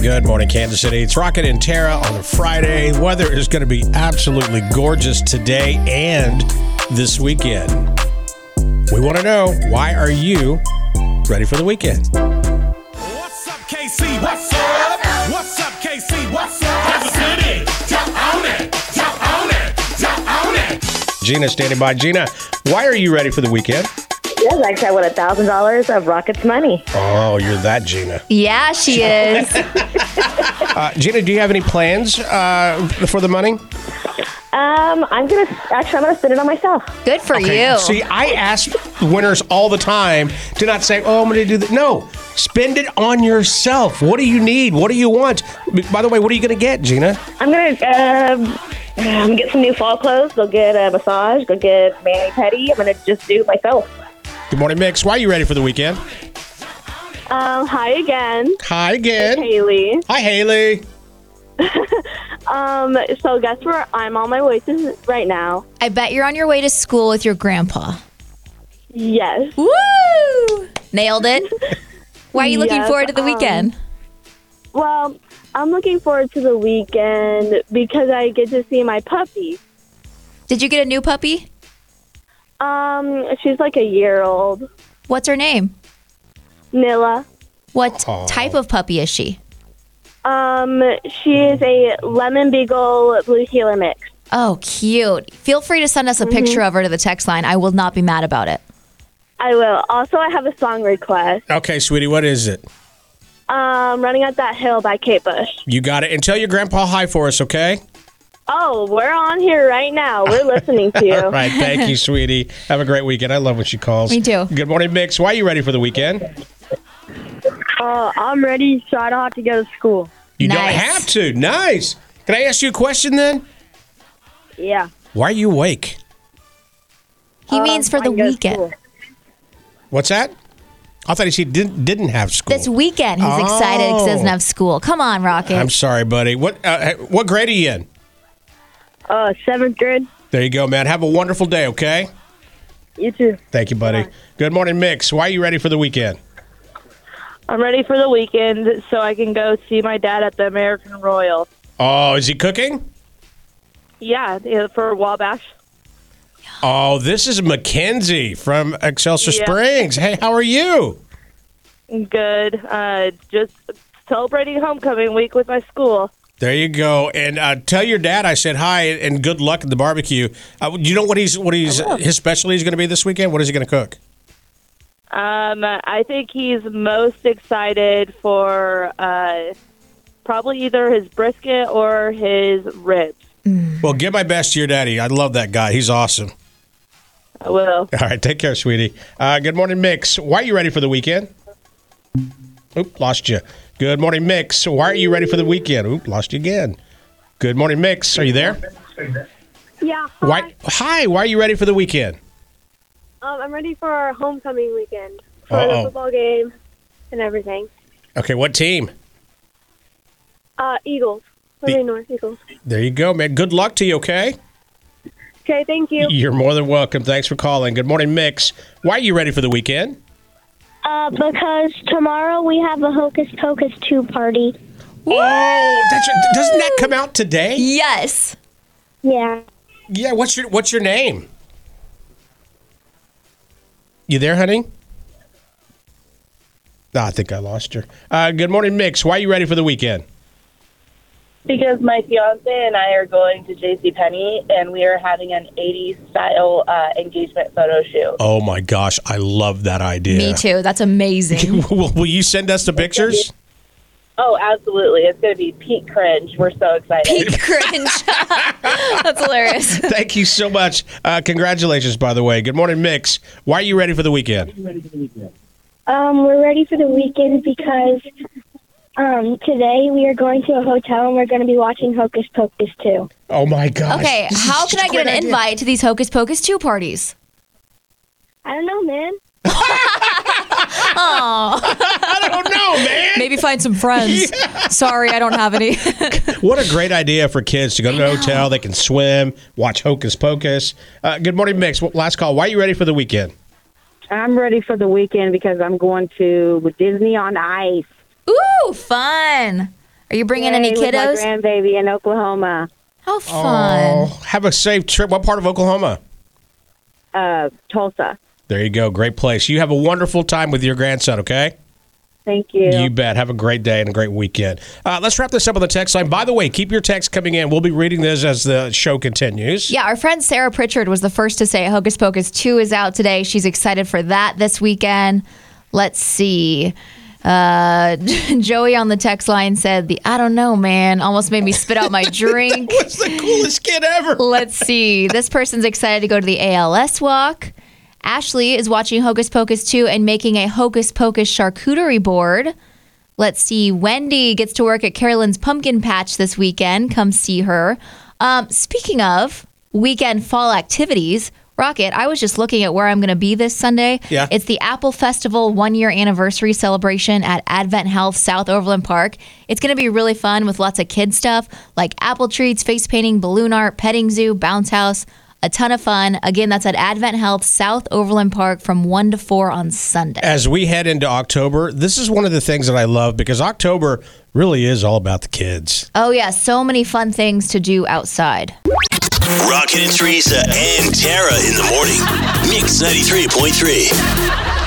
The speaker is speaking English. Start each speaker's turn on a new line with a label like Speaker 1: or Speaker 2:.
Speaker 1: Good morning, Kansas City. It's Rocket and Tara on a Friday. Weather is going to be absolutely gorgeous today and this weekend. We want to know why are you ready for the weekend?
Speaker 2: What's up, KC? What's up? What's up, KC? What's up? Kansas City, jump on it, jump on it, jump on it.
Speaker 1: Gina standing by. Gina, why are you ready for the weekend?
Speaker 3: Yes, actually, I won a thousand dollars of Rocket's money.
Speaker 1: Oh, you're that Gina.
Speaker 4: Yeah, she is.
Speaker 1: Uh, Gina, do you have any plans uh, for the money?
Speaker 3: Um, I'm gonna actually, I'm gonna spend it on myself.
Speaker 4: Good for
Speaker 1: Okay.
Speaker 4: you.
Speaker 1: See, I ask winners all the time to not say, "Oh, I'm going to do that." No, spend it on yourself. What do you need? What do you want? B- By the way, what are you going to get, Gina?
Speaker 3: I'm gonna um, um, get some new fall clothes. Go get a massage. Go get mani pedi. I'm gonna just do it myself.
Speaker 1: Good morning, Mix. Why are you ready for the weekend?
Speaker 3: Um, hi again,
Speaker 1: Hi again.
Speaker 3: Haley.
Speaker 1: Hi, Haley.
Speaker 3: Um, so guess where I'm on my way to right now?
Speaker 4: I bet you're on your way to school with your grandpa.
Speaker 3: Yes.
Speaker 4: Woo! Nailed it. Why are you looking
Speaker 3: Yes,
Speaker 4: forward to the
Speaker 3: um,
Speaker 4: weekend?
Speaker 3: Well, I'm looking forward to the weekend because I get to see my puppy.
Speaker 4: Did you get a new puppy?
Speaker 3: Um, she's like a year old.
Speaker 4: What's her name?
Speaker 3: Nilla.
Speaker 4: What type of puppy is she?
Speaker 3: Um, she is a lemon beagle blue heeler mix.
Speaker 4: Oh, cute. Feel free to send us a
Speaker 3: Mm-hmm.
Speaker 4: picture of her to the text line. I will not be mad about it.
Speaker 3: I will. Also, I have a song request.
Speaker 1: Okay, sweetie, what is it?
Speaker 3: Um, "Running Up That Hill" by Kate Bush.
Speaker 1: You got it. And tell your grandpa hi for us, okay?
Speaker 3: Oh, we're on here right now. We're listening to you.
Speaker 1: All right. Thank you, sweetie. Have a great weekend. I love when she calls.
Speaker 4: Me too.
Speaker 1: Good morning, Mix. Why are you ready for the weekend?
Speaker 3: Uh, I'm ready, so I don't have to go to school.
Speaker 1: You don't
Speaker 4: Nice.
Speaker 1: have to. Nice. Can I ask you a question then?
Speaker 3: Yeah.
Speaker 1: Why are you awake?
Speaker 3: Oh,
Speaker 4: He
Speaker 3: Um,
Speaker 4: means for the weekend.
Speaker 1: What's that? I thought he said didn't didn't have school.
Speaker 4: This weekend, he's excited because he doesn't
Speaker 1: Oh.
Speaker 4: have school. Come on, Rocket.
Speaker 1: I'm sorry, buddy. What uh, what grade are you in?
Speaker 3: Uh, seventh grade.
Speaker 1: There you go, man. Have a wonderful day, okay?
Speaker 3: You too.
Speaker 1: Thank you, buddy. Good morning, Mix. Why are you ready for the weekend?
Speaker 3: I'm ready for the weekend, so I can go see my dad at the American Royal.
Speaker 1: Oh, is he cooking?
Speaker 3: Yeah, yeah, for Wabash.
Speaker 1: Oh, this is Mackenzie from Excelsior
Speaker 3: Yeah.
Speaker 1: Springs. Hey, how are you?
Speaker 3: Good. Uh, just celebrating homecoming week with my school.
Speaker 1: There you go. And uh, tell your dad I said hi and good luck at the barbecue. Uh, you know what he's what he's his specialty is going to be this weekend? What is he going to cook?
Speaker 3: Um, I think he's most excited for uh, probably either his brisket or his ribs.
Speaker 1: Well, give my best to your daddy. I love that guy. He's awesome.
Speaker 3: I will.
Speaker 1: All right, take care, sweetie. Uh, good morning, Mix. Why are you ready for the weekend? Oop, lost you. Good morning, Mix. Why are you ready for the weekend? Oop, lost you again. Good morning, Mix. Are you there?
Speaker 5: Yeah. Hi.
Speaker 1: Why? Hi. Why are you ready for the weekend?
Speaker 5: Um, I'm ready for our homecoming weekend for
Speaker 1: Uh-oh.
Speaker 5: the football game and everything.
Speaker 1: Okay, what team?
Speaker 5: Uh, Eagles. Living North Eagles.
Speaker 1: There you go, man. Good luck to you. Okay.
Speaker 5: Okay, thank you.
Speaker 1: You're more than welcome. Thanks for calling. Good morning, Mix. Why are you ready for the weekend?
Speaker 6: Uh, because tomorrow we have a Hocus Pocus 2 party.
Speaker 1: Oh, that's your, doesn't that come out today?
Speaker 4: yes.
Speaker 6: Yeah.
Speaker 1: Yeah. What's your What's your name? You there, honey? No, I think I lost her. Uh, good morning, Mix. Why are you ready for the weekend?
Speaker 3: Because my fiance and I are going to J.C. Penney, and we are having an 80s style uh, engagement photo shoot.
Speaker 1: Oh my gosh, I love that idea.
Speaker 4: Me too. That's amazing.
Speaker 1: will, will you send us the pictures?
Speaker 3: Oh, absolutely. It's going to be peak cringe. We're so excited.
Speaker 4: Peak cringe. That's hilarious.
Speaker 1: Thank you so much. Uh, congratulations, by the way. Good morning, Mix. Why are you ready for the weekend?
Speaker 6: Um, we're ready for the weekend because um, today we are going to a hotel and we're going to be watching Hocus Pocus 2.
Speaker 1: Oh my gosh.
Speaker 4: Okay,
Speaker 1: This is
Speaker 4: how
Speaker 1: such
Speaker 4: can
Speaker 1: a
Speaker 4: I get
Speaker 1: great
Speaker 4: an
Speaker 1: idea.
Speaker 4: invite to these Hocus Pocus 2 parties?
Speaker 6: I don't know, man.
Speaker 1: I don't know, man.
Speaker 4: Maybe find some friends. Sorry, I don't have any.
Speaker 1: What a great idea for kids to go to the hotel. They can swim, watch Hocus Pocus. Uh, good morning, Mix. Well, Last call. Why are you ready for the weekend?
Speaker 7: I'm ready for the weekend because I'm going to Disney on Ice.
Speaker 4: Ooh, fun. Are you bringing any
Speaker 7: Yay, with my
Speaker 4: kiddos?
Speaker 7: grandbaby in Oklahoma,
Speaker 4: How fun.
Speaker 1: Oh, have a safe trip. What part of Oklahoma?
Speaker 7: uh, Tulsa.
Speaker 1: There you go. Great place. You have a wonderful time with your grandson, okay?
Speaker 7: Thank you.
Speaker 1: You bet. Have a great day and a great weekend. Uh, let's wrap this up on the text line. By the way, keep your texts coming in. We'll be reading this as the show continues.
Speaker 4: Yeah, our friend Sarah Pritchard was the first to say Hocus Pocus 2 is out today. She's excited for that this weekend. Let's see. Uh, Joey on the text line said, "The I don't know, man, almost made me spit out my drink."
Speaker 1: What's the coolest kid ever?
Speaker 4: Let's see. This person's excited to go to the ALS walk. Ashley is watching Hocus Pocus 2 and making a Hocus Pocus charcuterie board. Let's see. Wendy gets to work at Carolyn's pumpkin patch this weekend. Come see her. Um, speaking of weekend fall activities, Rocket, I was just looking at where I'm going to be this Sunday.
Speaker 1: Yeah.
Speaker 4: It's the Apple Festival one year anniversary celebration at Advent Health South Overland Park. It's going to be really fun with lots of kid stuff like apple treats, face painting, balloon art, petting zoo, bounce house. A ton of fun. Again, that's at Advent Health South Overland Park from 1 to 4 on Sunday.
Speaker 1: As we head into October, this is one of the things that I love because October really is all about the kids.
Speaker 4: Oh, yeah. So many fun things to do outside.
Speaker 8: Rocket and Teresa and Tara in the morning. Mix 93.3.